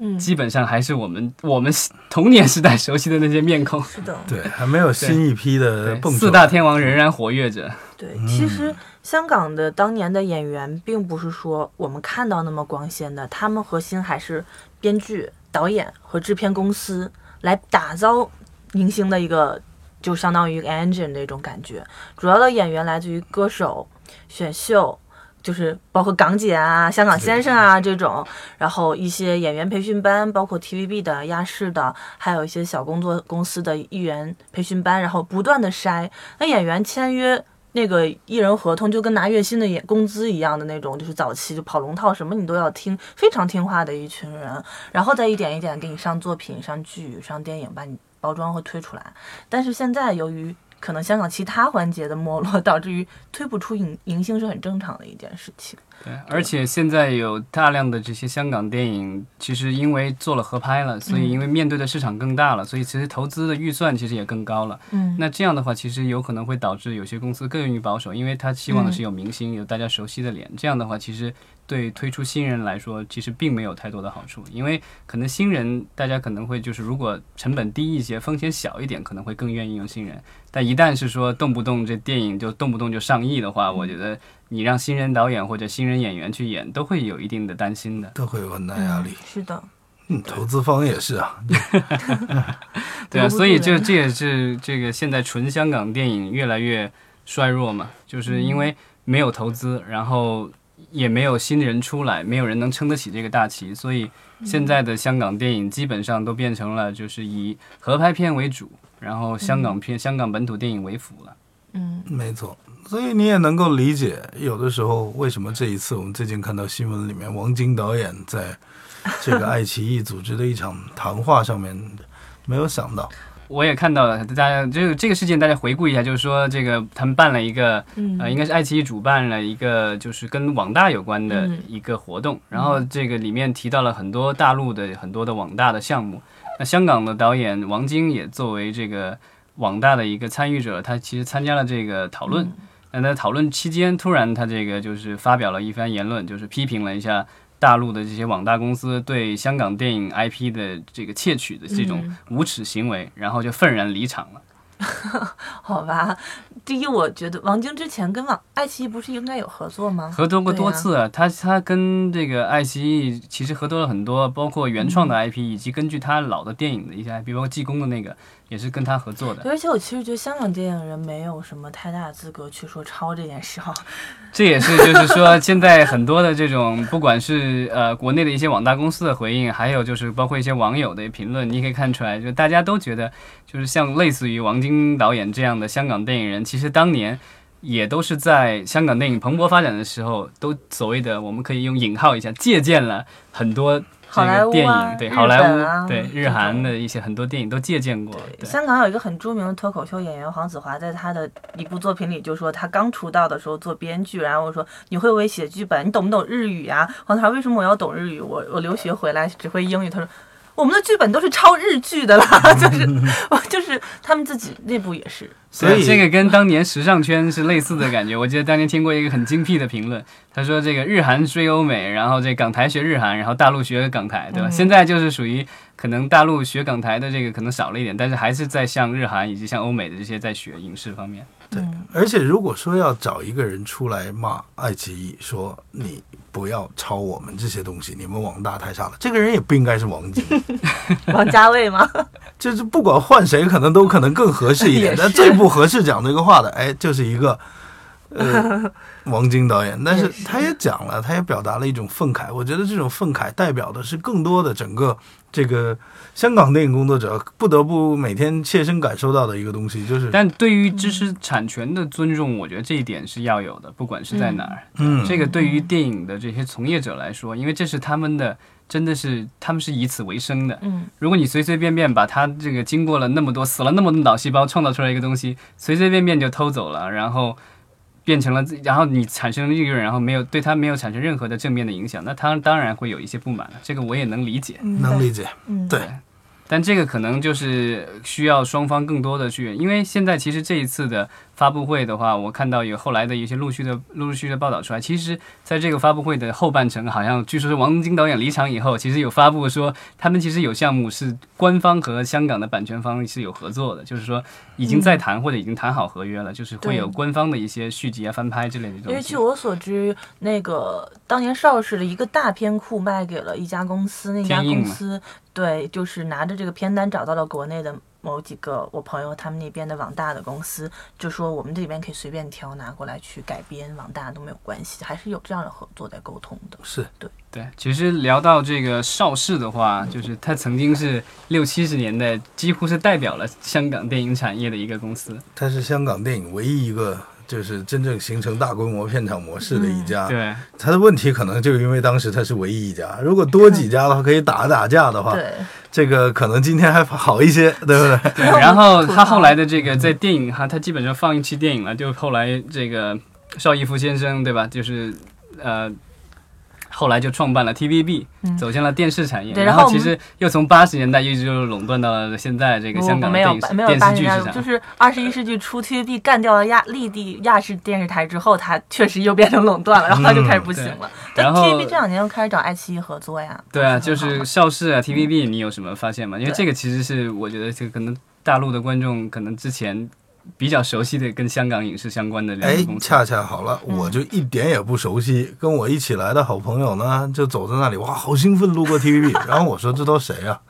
S3: 嗯，
S1: 基本上还是我们我们童年时代熟悉的那些面孔。
S3: 是的，
S2: 对，还没有新一批的
S1: 对
S2: 蹦出
S1: 四
S2: 来
S1: 大天王仍然活跃着，
S3: 对，其实香港的当年的演员，并不是说我们看到那么光鲜的，他们核心还是编剧、导演和制片公司来打造明星的一个，就相当于一个 engine 的一种感觉。主要的演员来自于歌手、选秀。就是包括港姐啊、香港先生啊这种，然后一些演员培训班，包括 TVB 的、亚视的，还有一些小工作公司的艺员培训班，然后不断的筛。那演员签约那个艺人合同就跟拿月薪的也工资一样的那种，就是早期就跑龙套，什么你都要听，非常听话的一群人，然后再一点一点给你上作品、上剧、上电影，把你包装和推出来。但是现在由于可能香港其他环节的没落， 导致于推不出影迎星是很正常的一件事情。
S1: 对，而且现在有大量的这些香港电影，其实因为做了合拍了，所以因为面对的市场更大了，所以其实投资的预算其实也更高了。
S3: 嗯，
S1: 那这样的话，其实有可能会导致有些公司更愿意保守，因为他希望的是有明星，有大家熟悉的脸。这样的话，其实对推出新人来说，其实并没有太多的好处，因为可能新人大家可能会就是如果成本低一些，风险小一点，可能会更愿意用新人。但一旦是说动不动这电影就动不动就上亿的话，我觉得你让新人导演或者新人演员去演，都会有一定的担心的。
S2: 都会有很大压力。
S3: 是的，
S2: 嗯，投资方也是啊，
S1: 对啊，
S3: 留不
S1: 所以
S3: 住
S1: 这
S3: 人
S1: 这也是这个现在纯香港电影越来越衰弱嘛，就是
S3: 嗯
S1: 因为没有投资，然后也没有新人出来，没有人能撑得起这个大旗，所以
S3: 嗯
S1: 现在的香港电影基本上都变成了就是以合拍片为主，然后香港片、香港本土电影为辅了。
S3: 嗯，
S2: 没错。所以你也能够理解，有的时候为什么这一次我们最近看到新闻里面，王晶导演在这个爱奇艺组织的一场谈话上面，没有想到，
S1: 我也看到了，大家这个这个事件，大家回顾一下，就是说这个他们办了一个，呃，应该是爱奇艺主办了一个，就是跟网大有关的
S3: 嗯
S1: 一个活动，然后这个里面提到了很多大陆的很多的网大的项目，那香港的导演王晶也作为这个网大的一个参与者，他其实参加了这个讨
S3: 嗯
S1: 论。那在讨论期间，突然他这个就是发表了一番言论，就是批评了一下大陆的这些网大公司对香港电影 IP 的这个窃取的这种
S3: 嗯
S1: 无耻行为，然后就愤然离场了。
S3: 好吧。第一，我觉得王晶之前跟网爱奇艺不是应该有合作吗？
S1: 合作过
S3: 对
S1: 多
S3: 啊
S1: 次，啊、他他跟这个爱奇艺其实合作了很多，包括原创
S3: 嗯
S1: 的 IP，、以及根据他老的电影的一些 IP，包括济公的那个也是跟他合作的。
S3: 对，而且我其实觉得香港电影人没有什么太大的资格去说抄这件事啊哈。
S1: 这也是就是说，现在很多的这种，不管是呃国内的一些网大公司的回应，还有就是包括一些网友的评论，你可以看出来，就大家都觉得，就是像类似于王晶导演这样的香港电影人，其实当年。也都是在香港电影蓬勃发展的时候，都所谓的我们可以用引号一下，借鉴了很多这
S3: 好莱
S1: 个
S3: 坞
S1: 电影，
S3: 啊
S1: 对
S3: 日
S1: 好莱
S3: 本
S1: 坞，
S3: 啊
S1: 对日
S3: 这
S1: 韩
S3: 种
S1: 的一些很多电影都借鉴过。对
S3: 香港有一个很著名的脱口秀演员黄子华，在他的一部作品里就说，他刚出道的时候做编剧，然后我说你会不会写剧本，你懂不懂日语啊？黄子华为什么我要懂日语？我我留学回来只会英语。他说我们的剧本都是抄日剧的啦， 就是我就是他们自己内部也是，
S2: 所以
S1: 对这个跟当年时尚圈是类似的感觉。我记得当年听过一个很精辟的评论，他说这个日韩追欧美，然后这港台学日韩，然后大陆学港台，对吧？现在就是属于可能大陆学港台的这个可能少了一点，但是还是在像日韩以及像欧美的这些在学影视方面。
S2: 而且如果说要找一个人出来骂爱奇艺，说你不要抄我们这些东西，你们网大太差了，这个人也不应该是王晶，
S3: 王家卫吗？
S2: 就是不管换谁，可能都可能更合适一点。
S3: 也是
S2: 但最不合适讲这个话的，哎，就是一个 呃王晶导演。但是
S3: 也是
S2: 他也讲了，他也表达了一种愤慨。我觉得这种愤慨代表的是更多的整个这个香港电影工作者不得不每天切身感受到的一个东西，就是
S1: 但对于知识产权的尊重，我觉得这一点是要有的，不管是在哪儿。
S2: 嗯，
S1: 这个对于电影的这些从业者来说，因为这是他们的，真的是他们是以此为生的。
S3: 嗯，
S1: 如果你随随便便把它这个经过了那么多死了那么多脑细胞创造出来一个东西，随随便便就偷走了，然后变成了自己，然后你产生了利润，然后没有对它没有产生任何的正面的影响，那他当然会有一些不满了，这个我也能理解。
S2: 能理解。
S3: 嗯
S2: 对，
S1: 但这个可能就是需要双方更多的去，因为现在其实这一次的发布会的话，我看到有后来的一些陆续的、陆陆续续的报道出来，其实在这个发布会的后半程，好像据说是王晶导演离场以后，其实有发布说他们其实有项目是官方和香港的版权方是有合作的，就是说已经在谈或者已经谈好合约了，就是会有
S3: 嗯对
S1: 官方的一些续集啊、翻拍之类的
S3: 因
S1: 东
S3: 为据
S1: 西。
S3: 我所知，那个当年邵氏的一个大片库卖给了一家公司，那家
S1: 天映
S3: 公
S1: 嘛
S3: 司对，就是拿着这个片单找到了国内的某几个我朋友他们那边的网大的公司，就说我们这里边可以随便挑拿过来去改编，网大都没有关系，还是有这样的合作在沟通的。
S2: 是
S1: 对，其实聊到这个邵氏的话，就是他曾经是六七十年代几乎是代表了香港电影产业的一个公司。
S2: 它是香港电影唯一一个就是真正形成大规模片场模式的一家。
S1: 嗯对，
S2: 它的问题可能就因为当时它是唯一一家，如果多几家的话，可以打打架的话，
S3: 对，
S2: 这个可能今天还好一 些，对不对？
S3: 然后
S1: 然后他后来的这个在电影哈，他基本上放一期电影了，就后来这个邵逸夫先生对吧？就是呃。后来就创办了 TVB，、走向了电视产业，
S3: 嗯对
S1: 然
S3: 然后我
S1: 其
S3: 们
S1: 实又从八十年代一直就垄断到了现在这个香港的
S3: 哦没
S1: 电
S3: 有
S1: 影
S3: 没有
S1: 电
S3: 八
S1: 视
S3: 十
S1: 剧
S3: 年
S1: 市
S3: 代，
S1: 场。
S3: 就是二十一世纪初 TVB 干掉了亚立地亚视电视台之后，它确实又变成垄断了，然后它就开始不行了。
S1: 嗯
S3: 但
S1: 然后
S3: TVB 这两年又开始找爱奇艺合作呀。
S1: 对啊，
S3: 不
S1: 就
S3: 很好
S1: 是
S3: 吗
S1: 邵氏
S2: 嗯
S1: 啊，TVB，你有什么发现吗？因为
S3: 对
S1: 这个其实是我觉得这个可能大陆的观众可能之前比较熟悉的跟香港影视相关的两
S2: 哎
S1: 个公，司。
S2: 恰恰好了，
S1: 嗯
S2: 我就一点也不熟悉。跟我一起来的好朋友呢，就走在那里，哇，好兴奋，路过 TVB，然后我说这都谁呀、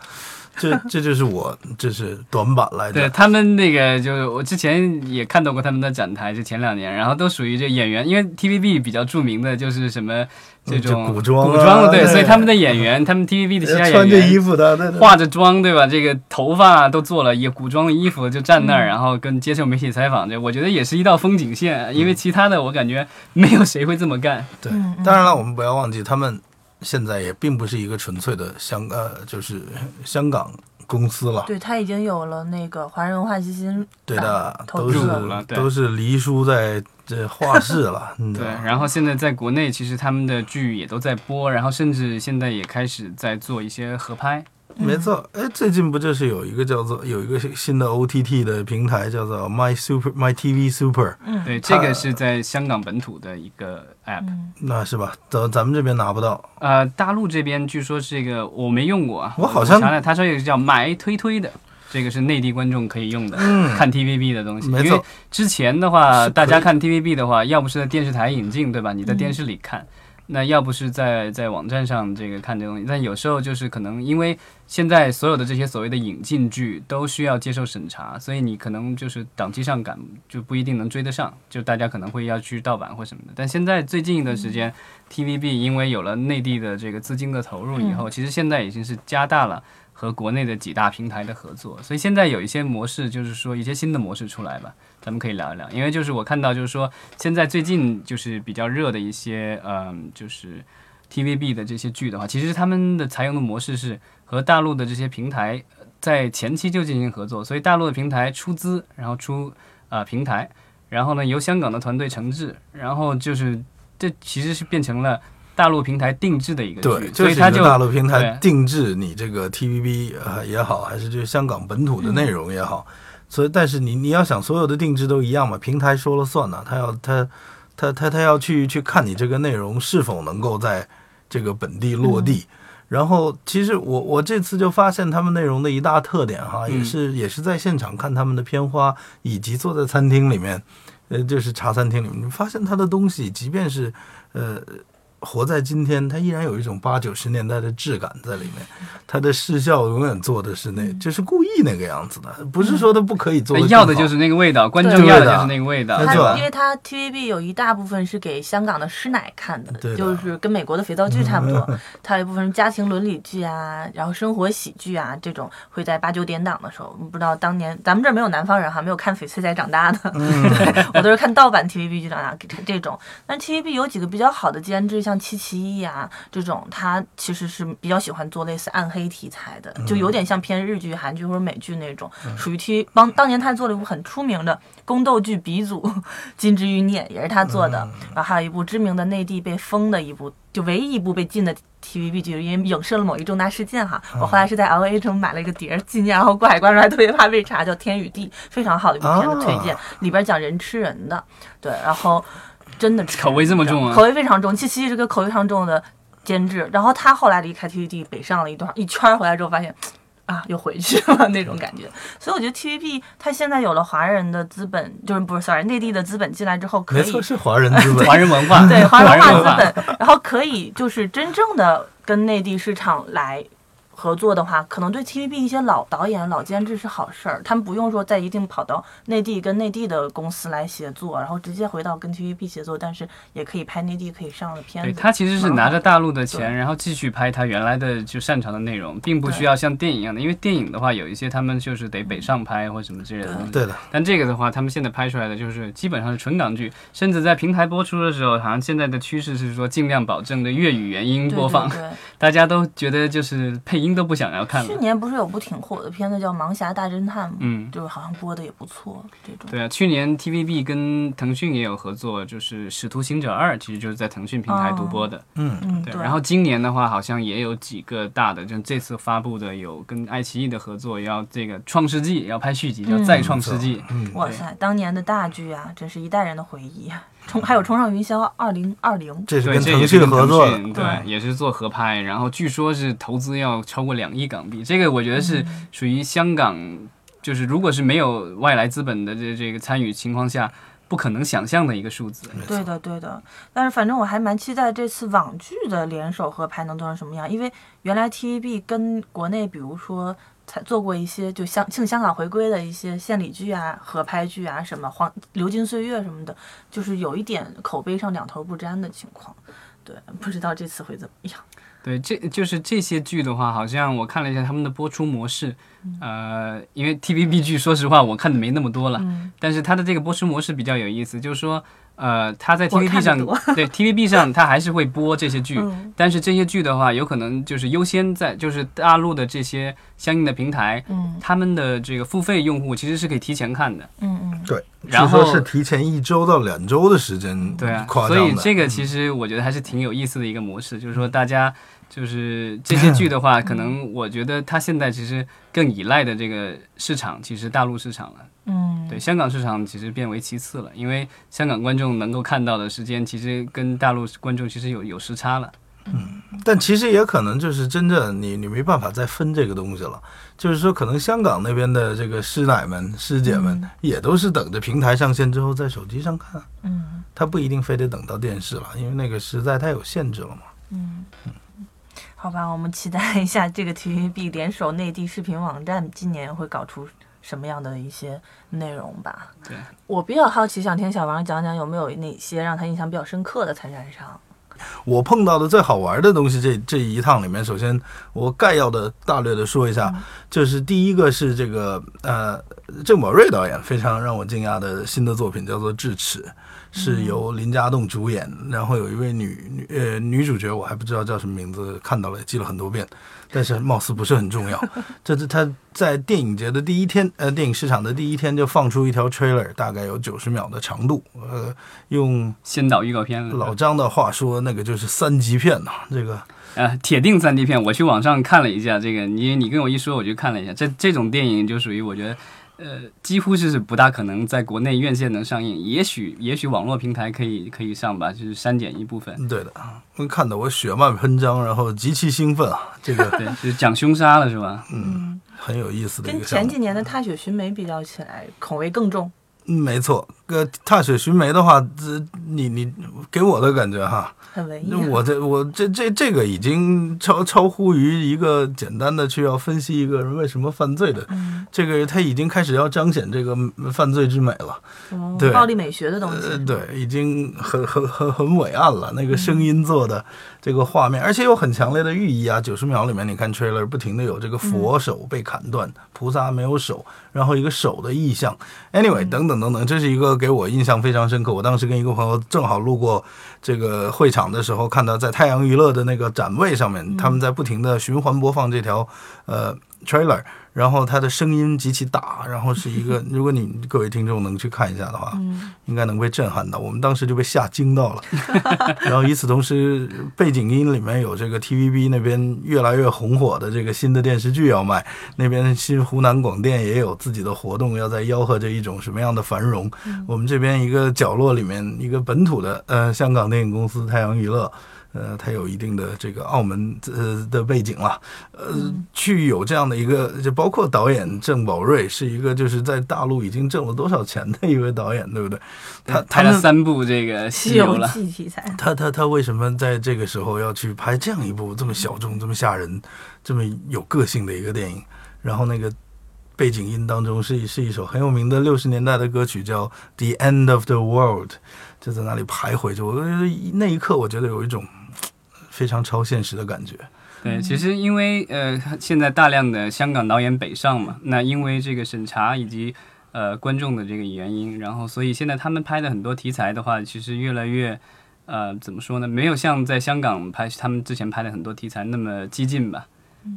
S2: 这这就是我，这是短板来
S1: 对
S2: 着。
S1: 他们那个，就是我之前也看到过他们的展台，就前两年，然后都属于这演员，因为 TVB 比较著名的就是什么这种
S2: 就古装啊
S1: 古装对，
S2: 对呃
S1: 所以他们的演员，他们 TVB 的其他演
S2: 穿着衣
S1: 员
S2: 服的，对对
S1: 化着妆对吧？这个头发都做了，也古装的衣服就站那儿，然后跟接受媒体采访，这我觉得也是一道风景线，因为其他的我感觉没有谁会这么干。
S2: 对，当然了，我们不要忘记，他们现在也并不是一个纯粹的香呃，就是香港公司了。
S3: 对，它已经有了那个华人文化基金
S2: 对
S3: 党
S2: 的，
S3: 投
S2: 都
S3: 资
S2: 是
S1: 入股了对
S2: 都是黎叔在这画室 了，嗯你知
S1: 对
S2: 道，吗
S1: 然后现在在国内，其实他们的剧也都在播，然后甚至现在也开始在做一些合拍。
S2: 没错，哎，最近不就是有一个叫做有一个新的 OTT 的平台叫做 My Super My TV Super，
S1: 对，这个是在香港本土的一个 app，、
S2: 那是吧？咱咱们这边拿不到，
S1: 呃，大陆这边据说这个我没用过啊，
S2: 我好像
S1: 查了，他说有个叫“埋推推”的。这个是内地观众可以用的，看 TVB 的东西。
S2: 嗯没错
S1: 因为之前的话，大家看 TVB 的话，要不是在电视台引进，对吧？你在电视里看，
S2: 嗯
S1: 那要不是在在网站上这个看这东西。但有时候就是可能因为现在所有的这些所谓的引进剧都需要接受审查，所以你可能就是档期上赶就不一定能追得上，就大家可能会要去盗版或什么的。但现在最近一段时间、t v b 因为有了内地的这个资金的投入以后，其实现在已经是加大了。和国内的几大平台的合作，所以现在有一些模式，就是说一些新的模式出来吧，咱们可以聊一聊。因为就是我看到，就是说现在最近就是比较热的一些，嗯，就是 TVB 的这些剧的话，其实他们的采用的模式是和大陆的这些平台呃在前期就进行合作，所以大陆的平台出资，然后出呃平台，然后呢由香港的团队承制，然后就是这其实是变成了大陆平台定制的一个剧，
S2: 对，
S1: 所
S2: 是
S1: 以
S2: 一
S1: 它
S2: 个
S1: 就
S2: 大陆平台
S1: 对
S2: 定制你这个 TVB 呃也好，还是就是香港本土的
S1: 嗯
S2: 内容也好，所以但是你你要想所有的定制都一样嘛，平台说了算呐，他要他他他他要去去看你这个内容是否能够在这个本地落地。
S1: 嗯
S2: 然后，其实我我这次就发现他们内容的一大特点哈，
S1: 嗯
S2: 也是也是在现场看他们的片花，以及坐在餐厅里面，呃，就是茶餐厅里面，你发现他的东西，即便是呃活在今天，它依然有一种八九十年代的质感在里面。它的视效永远做的是那，就是故意那个样子的，不是说它不可以做得更好。
S1: 嗯要的就是那个味道，观众
S3: 对
S1: 要的就是那个味道，
S2: 没
S3: 它
S2: 错
S1: 吧
S3: 因为它 TVB 有一大部分是给香港的师奶看的，
S2: 对的
S3: 就是跟美国的肥皂剧差不多。它有一部分是家庭伦理剧啊，然后生活喜剧啊这种，会在八九点档的时候。不知道当年咱们这儿没有南方人哈，没有看翡翠仔长大的， 对我都是看盗版 TVB 剧长大这这种。但 TVB 有几个比较好的监制，像戚其义啊这种，他其实是比较喜欢做类似暗黑题材的，就有点像偏日剧、韩剧或者美剧那种，属于 T 帮当年他还做了一部很出名的宫斗剧鼻祖《金枝欲孽》，也是他做的。然后还有一部知名的内地被封的一部，就唯一一部被禁的 TVB 剧，因为影射了某一重大事件哈。我后来是在 LA 城买了一个碟儿纪念，然后过海关的时候还特别怕被查，叫《天与地》，非常好的一部片子推荐，
S2: 啊
S3: 里边讲人吃人的，对，然后真的吃
S1: 口味这么重啊
S3: 口味非常重。七七是个口味非常重的监制，然后他后来离开 TVB 北上了一段一圈儿回来之后，发现啊又回去了那种感觉。所以我觉得 TVB 它现在有了华人的资本，就是不是 sorry 内地的资本进来之后，可
S2: 没
S3: 以
S2: 错，是华人资本。
S1: 华人文 化，
S3: 对华人文
S1: 文
S3: 化资本， 然后可以就是真正的跟内地市场来合作的话，可能对 TVB 一些老导演、老监制是好事儿，他们不用说再一定跑到内地跟内地的公司来协作，然后直接回到跟 TVB 协作，但是也可以拍内地可以上的片
S1: 对
S3: 子。
S1: 他其实是拿着大陆的
S3: 嗯对
S1: 钱，然后继续拍他原来的就擅长的内容，并不需
S3: 对
S1: 要像电影一样的，因为电影的话有一些他们就是得北上拍或什么之类的东西。
S2: 对的，
S1: 但这个的话，他们现在拍出来的就是基本上是纯港剧，甚至在平台播出的时候，好像现在的趋势是说尽量保证的粤语原音
S3: 对
S1: 播放，
S3: 对对
S1: 大家都觉得就是配音都不想要看
S3: 去
S1: 了。
S3: 年不是有部挺火的片子叫《盲侠大侦探》吗？
S1: 嗯
S3: 就是好像播的也不错，这种。
S1: 对啊，去年 TVB 跟腾讯也有合作，就是《使徒行者二》，其实就是在腾讯平台独播的。
S3: 嗯，
S1: 对，然后今年的话，好像也有几个大的，就这次发布的有跟爱奇艺的合作，也要这个《创世纪》也要拍续集，
S3: 嗯
S1: 叫《再创世纪》。
S2: 嗯
S3: 哇塞，当年的大剧啊，真是一代人的回忆啊！冲还有《冲上云霄二零二零》，
S2: 这是
S1: 对，
S2: 跟
S1: 这也
S2: 腾
S1: 是
S2: 讯
S1: 跟
S2: 合作的，
S1: 腾讯对，
S3: 对
S1: 也是做合拍，然后据说是投资要超过两亿港币，这个我觉得是属于香港，就是如果是没有外来资本的这这个参与情况下，不可能想象的一个数字。
S3: 对的对的。但是反正我还蛮期待这次网剧的联手合拍能做成什么样，因为原来 TVB 跟国内比如说才做过一些就香庆香港回归的一些献礼剧啊、合拍剧啊什么黄流金岁月什么的，就是有一点口碑上两头不沾的情况。对，不知道这次会怎么样。
S1: 对，这就是这些剧的话，好像我看了一下他们的播出模式，
S3: 嗯
S1: 呃，因为 TVB 剧，说实话我看的没那么多了，
S3: 嗯
S1: 但是它的这个播出模式比较有意思，就是说，呃，它在
S3: 我看
S1: TVB
S3: 得
S1: 上
S3: 多， 嗯
S1: 对 TVB 上它还是会播这些剧，但是这些剧的话，有可能就是优先在就是大陆的这些相应的平台，
S3: 嗯
S1: 他们的这个付费用户其实是可以提前看的，
S3: 嗯嗯，
S2: 对，
S1: 然
S2: 据说
S1: 后
S2: 是提前一周到两周的时间，
S1: 对啊，
S2: 夸
S1: 所以
S2: 张的。嗯
S1: 这个其实我觉得还是挺有意思的一个模式，就是说大家就是这些剧的 话，可能我觉得它现在其实更依赖的这个市场，其实大陆市场了。
S3: 嗯，
S1: 对，香港市场其实变为其次了，因为香港观众能够看到的时间，其实跟大陆观众其实有有时差了。
S2: 但其实也可能就是真正你你没办法再分这个东西了，就是说可能香港那边的这个师奶们师姐们
S1: 嗯
S2: 也都是等着平台上线之后在手机上看，
S3: 嗯，
S2: 他不一定非得等到电视了，因为那个实在太有限制了嘛。
S3: 嗯好吧，我们期待一下这个 TVB 联手内地视频网站今年会搞出什么样的一些内容吧。
S1: 对，
S3: 我比较好奇，想听小王讲讲有没有哪些让他印象比较深刻的参展商。
S2: 我碰到的最好玩的东西这，这一趟里面，首先我概要的大略的说一下，就是第一个是这个呃郑宝瑞导演非常让我惊讶的新的作品叫做《智齿》，是由林家栋主演，然后有一位女女呃女主角，我还不知道叫什么名字，看到了也记了很多遍，但是貌似不是很重要。这是他在电影节的第一天，呃，电影市场的第一天就放出一条 trailer，大概有九十秒的长度，呃，用
S1: 先导预告片了，
S2: 老张的话说，那个就是三级片呐、这个
S1: 呃，铁定三 D 片，我去网上看了一下这个，你你跟我一说，我就看了一下，这这种电影就属于我觉得，呃，几乎是不大可能在国内院线能上映，也许也许网络平台可以可以上吧，就是删减一部分。
S2: 对的，嗯看得我血脉喷张，然后极其兴奋啊！这个
S1: 对，就是讲凶杀了是吧？
S2: 嗯，很有意思的一
S3: 跟
S2: 个项
S3: 前
S2: 目
S3: 几。年的《踏雪寻梅》比较起来，口味更重。
S2: 嗯没错，呃，踏雪寻梅的话，这你你给我的感觉哈，
S3: 很文艺
S2: 那
S3: 啊、
S2: 我这我这这这个已经超超乎于一个简单的去要分析一个人为什么犯罪的，
S3: 嗯
S2: 这个他已经开始要彰显这个犯罪之美了。
S3: 什么
S2: 对
S3: 暴力美学的东西。
S2: 呃，对，已经很很很很伟岸了。那个声音做的这个画面，而且有很强烈的寓意啊。九十秒里面，你看 trailer 不停的有这个佛手被砍断，菩萨没有手，然后一个手的意象。Anyway，等等等等，这是一个给我印象非常深刻。我当时跟一个朋友正好路过这个会场的时候，看到在太阳娱乐的那个展位上面，他们在不停的循环播放这条呃 trailer。然后它的声音极其大，然后是一个，如果你各位听众能去看一下的话，应该能被震撼到。我们当时就被吓惊到了。 然后与此同时，背景音里面有这个 TVB 那边越来越红火的这个新的电视剧要卖，那边新湖南广电也有自己的活动，要在吆喝着一种什么样的繁荣。我们这边一个角落里面，一个本土的呃香港电影公司太阳娱乐。呃，它有一定的这个澳门呃的背景了，呃，去有这样的一个，就包括导演郑宝瑞是一个就是在大陆已经挣了多少钱的一位导演，对不对？他
S1: 拍
S2: 他
S1: 了
S2: 们
S1: 三部这个《西
S3: 西
S1: 游》
S3: 游
S1: 了，
S3: 记题材，
S2: 他他他为什么在这个时候要去拍这样一部这么小众、这么吓人、这么有个性的一个电影？然后那个背景音当中是一是一首很有名的六十年代的歌曲，叫《The End of the World》，就在那里徘徊着。我呃那一刻，我觉得有一种嘖非常超现实的感觉。
S3: 嗯
S1: 对，其实因为呃，现在大量的香港导演北上嘛，那因为这个审查以及呃观众的这个原因，然后所以现在他们拍的很多题材的话，其实越来越呃怎么说呢，没有像在香港拍他们之前拍的很多题材那么激进吧。
S3: 嗯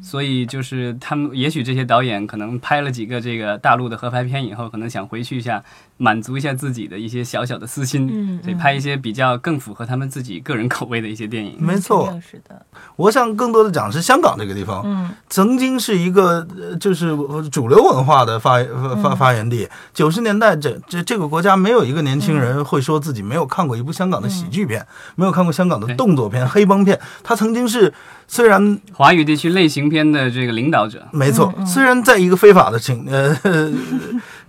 S1: 所以就是他们，也许这些导演可能拍了几个这个大陆的合拍片以后，可能想回去一下，满足一下自己的一些小小的私心，
S3: 嗯
S1: 所以拍一些比较更符合他们自己个人口味的一些电影。
S2: 没错
S3: 肯，定是的，
S2: 我想更多的讲是香港这个地方，
S3: 嗯，
S2: 曾经是一个呃就是主流文化的发发发发源地。九十年代这这这个国家没有一个年轻人会说自己没有看过一部香港的喜剧片，没有看过香港的
S1: 对
S2: 动作片、黑帮片。他曾经是虽然
S1: 华语地区类型片的这个领导者，
S2: 没错，虽然在一个非法的情呃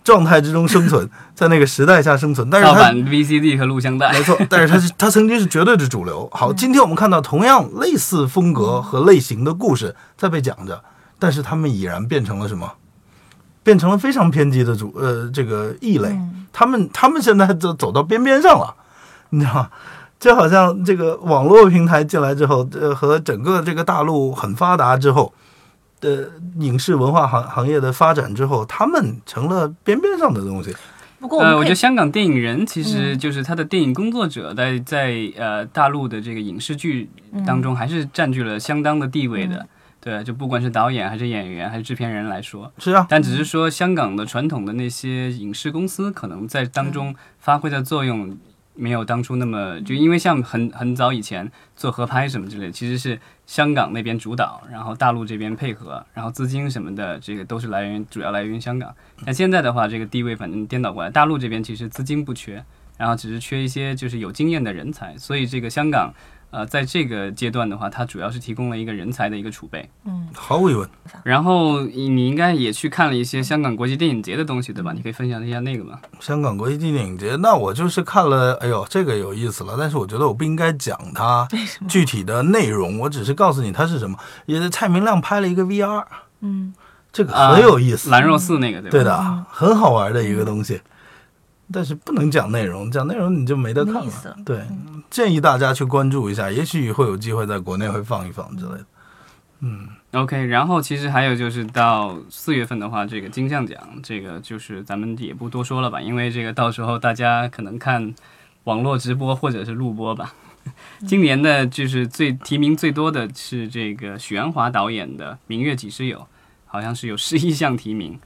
S2: 状态之中生存，在那个时代下生存，但是
S1: 盗
S2: 他
S1: 版 VCD 和录像带
S2: 没。错，但是它是它曾经是绝对的主流。好，今天我们看到同样类似风格和类型的故事在被讲着，但是他们已然变成了什么？变成了非常偏激的主呃这个异类。他们他们现在就走到边边上了，你知道吗？就好像这个网络平台进来之后，呃，和整个这个大陆很发达之后。的影视文化行行业的发展之后，他们成了边边上的东西。
S3: 不过我
S1: 呃，
S3: 们
S1: 我
S3: 可
S1: 觉得
S3: 以
S1: 香港电影人其实就是他的电影工作者在，在呃大陆的这个影视剧当中还是占据了相当的地位的。对，就不管是导演还是演员还是制片人来说，
S2: 是啊，
S1: 但只是说香港的传统的那些影视公司可能在当中发挥的作用没有当初那么，就因为像很很早以前做合拍什么之类的，其实是香港那边主导，然后大陆这边配合，然后资金什么的，这个都是来源于主要来源于香港。但现在的话，这个地位反正颠倒过来，大陆这边其实资金不缺，然后只是缺一些就是有经验的人才，所以这个香港。呃，在这个阶段的话，它主要是提供了一个人才的一个储备。
S2: 毫无疑问，
S1: 然后你你应该也去看了一些香港国际电影节的东西，对吧？你可以分享一下那个吗？
S2: 香港国际电影节，那我就是看了，哎呦，这个有意思了。但是我觉得我不应该讲它
S3: 嗯
S2: 具体的内容，我只是告诉你它是什么。也是蔡明亮拍了一个 VR，
S3: 嗯，
S2: 这个很有意思，
S1: 兰若寺那个，对吧？
S2: 对的，很好玩的一个东西。但是不能讲内容，讲内容你就没得看
S3: 没意思
S2: 了。对，建议大家去关注一下，也许会有机会在国内会放一放之类的。
S1: OK，然后其实还有就是到四月份的话，这个金像奖，这个就是咱们也不多说了吧，因为这个到时候大家可能看网络直播或者是录播吧。 今年的就是最提名最多的是这个许鞍华导演的《明月几时有》，好像是有十一项提名。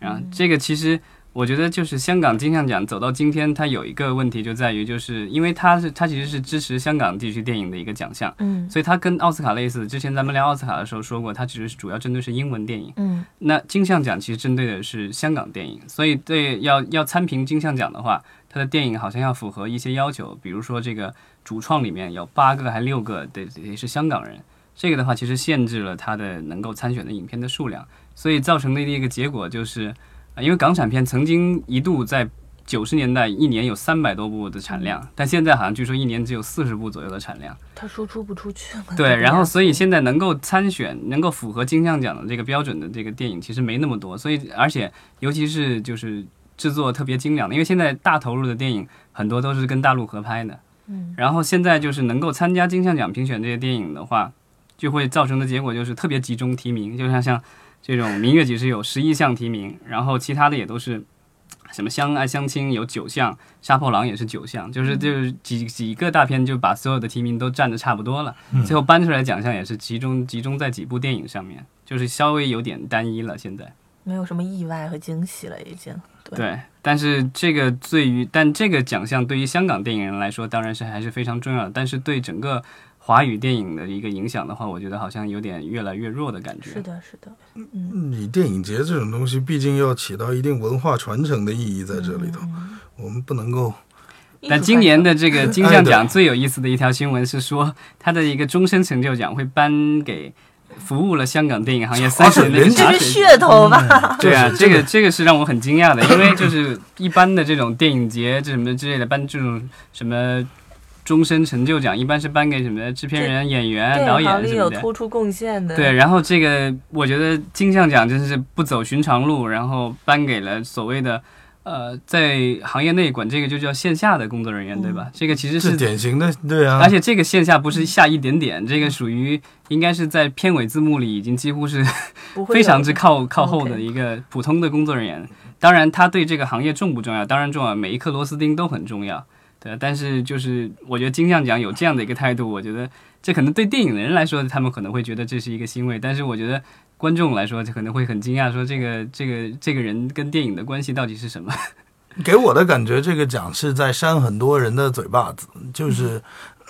S1: 啊，这个其实我觉得就是香港金像奖走到今天，它有一个问题就在于，就是因为它是它其实是支持香港地区电影的一个奖项，
S3: 嗯
S1: 所以它跟奥斯卡类似。之前咱们聊奥斯卡的时候说过，它其实是主要针对是英文电影。
S3: 嗯
S1: 那金像奖其实针对的是香港电影，所以对要要参评金像奖的话，它的电影好像要符合一些要求，比如说这个主创里面有八个还六个得得是香港人，这个的话其实限制了它的能够参选的影片的数量，所以造成的一个结果就是，呃因为港产片曾经一度在九十年代一年有三百多部的产量，但现在好像据说一年只有四十部左右的产量。
S3: 他输出不出去了。
S1: 对，然后所以
S3: 现
S1: 现在能够参选、能够符合金像奖的这个标准的这个电影其实没那么多，所以而且尤其是就是制作特别精良的，因为现在大投入的电影很多都是跟大陆合拍的，嗯，然后现在就是能够参加金像奖评选这些电影的话，就会造成的结果就是特别集中提名，就像像这种《明月几时有》十一项提名，然后其他的也都是什么《相爱相亲》有九项，《杀破狼》也是九项，就是就是几几个大片就把所有的提名都占的差不多了，最后颁出来奖项也是集中集中在几部电影上面，就是稍微有点单一了现在。
S3: 没有什么意外和惊喜了，已经。对
S1: 对，但是这个对于但这个奖项对于香港电影人来说，当然是还是非常重要的，但是对整个华语电影的一个影响的话，我觉得好像有点越来越弱的感觉。
S3: 是的，是的，
S2: 你电影节这种东西，毕竟要起到一定文化传承的意义在这里头，我们不能够
S1: 但今年的这个金像
S2: 哎
S1: 奖
S2: 对
S1: 最有意思的一条新闻是说，他的一个终身成就奖会颁给服务了香港电影行业
S2: 茶
S1: 三
S2: 水
S1: 十年的
S2: 人
S1: 茶
S3: 这
S1: 水
S3: 是噱头吧？
S1: 对啊，
S2: 就是
S1: 这个这个是让我很惊讶的，因为就是一般的这种电影节这什么之类的颁这种什么终身成就奖，一般是颁给什么制片人、演员、
S3: 对，
S1: 导
S3: 行
S1: 演
S3: 里
S1: 什
S3: 有
S1: 么的。
S3: 突出贡献的。
S1: 对，，然后这个我觉得金像奖真是不走寻常路，然后颁给了所谓的呃，在行业内管这个就叫线下的工作
S2: 嗯
S1: 人员，对吧？这个其实
S2: 是
S1: 是
S2: 典型的，对啊，
S1: 而且这个线下不是下一点点，这个属于应该是在片尾字幕里已经几乎是
S3: 不会有
S1: 非常之靠靠后的
S3: OK
S1: 一个普通的工作人员。当然，他对这个行业重不重要？当然重要，每一颗螺丝钉都很重要。对，但是就是我觉得金像奖有这样的一个态度，我觉得这可能对电影人来说，他们可能会觉得这是一个欣慰，但是我觉得观众来说，就可能会很惊讶，说这个这个这个人跟电影的关系到底是什么？
S2: 给我的感觉，这个奖是在扇很多人的嘴巴子，就是、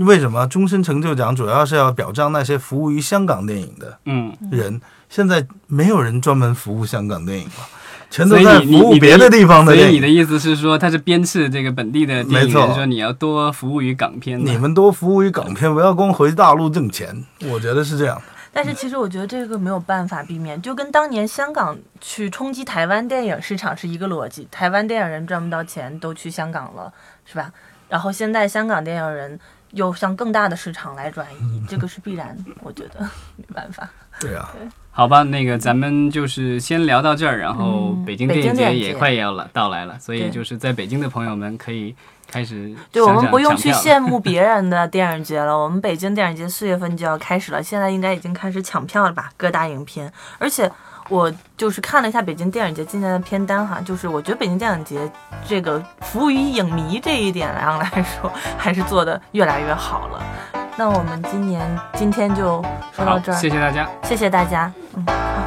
S2: 为什么终身成就奖主要是要表彰那些服务于香港电影的
S1: 嗯，
S2: 人，现在没有人专门服务香港电影了，全都
S1: 所以
S2: 在
S1: 你
S2: 服
S1: 你
S2: 务
S1: 你
S2: 别
S1: 的
S2: 地方
S1: 所
S2: 电
S1: 以你
S2: 影
S1: 的。意思是说，他是鞭笞这个本地的电
S2: 没
S1: 影
S2: 错
S1: 人，说你要多服务于港片的。
S2: 你们多服务于港片，不要光回大陆挣钱，我觉得是这样。
S3: 但是其实我觉得这个没有办法避免，就跟当年香港去冲击台湾电影市场是一个逻辑。台湾电影人赚不到钱，都去香港了，是吧？然后现在香港电影人又向更大的市场来转 移，这个是必然，我觉得没办法。
S2: 对啊，
S1: 好吧，那个咱们就是先聊到这儿，然后
S3: 嗯
S1: 北京
S3: 北
S1: 电影
S3: 京
S1: 节
S3: 电影
S1: 也
S3: 节
S1: 快要了到来了，所以
S3: 对
S1: 就是在北京的朋友们可以开始
S3: 对，我
S1: 想
S3: 们
S1: 想
S3: 不用
S1: 抢
S3: 去
S1: 票了
S3: 羡慕别人的电影节了，我们北京电影节四月份就要开始了，现在应该已经开始抢票了吧？各大影片，而且我就是看了一下北京电影节今年的片单哈，就是我觉得北京电影节这个服务于影迷这一点上来说，还是做的越来越好了。那我们今年今天就说到
S1: 好，
S3: 这儿，
S1: 谢谢大家。
S3: 谢谢大家，嗯，好。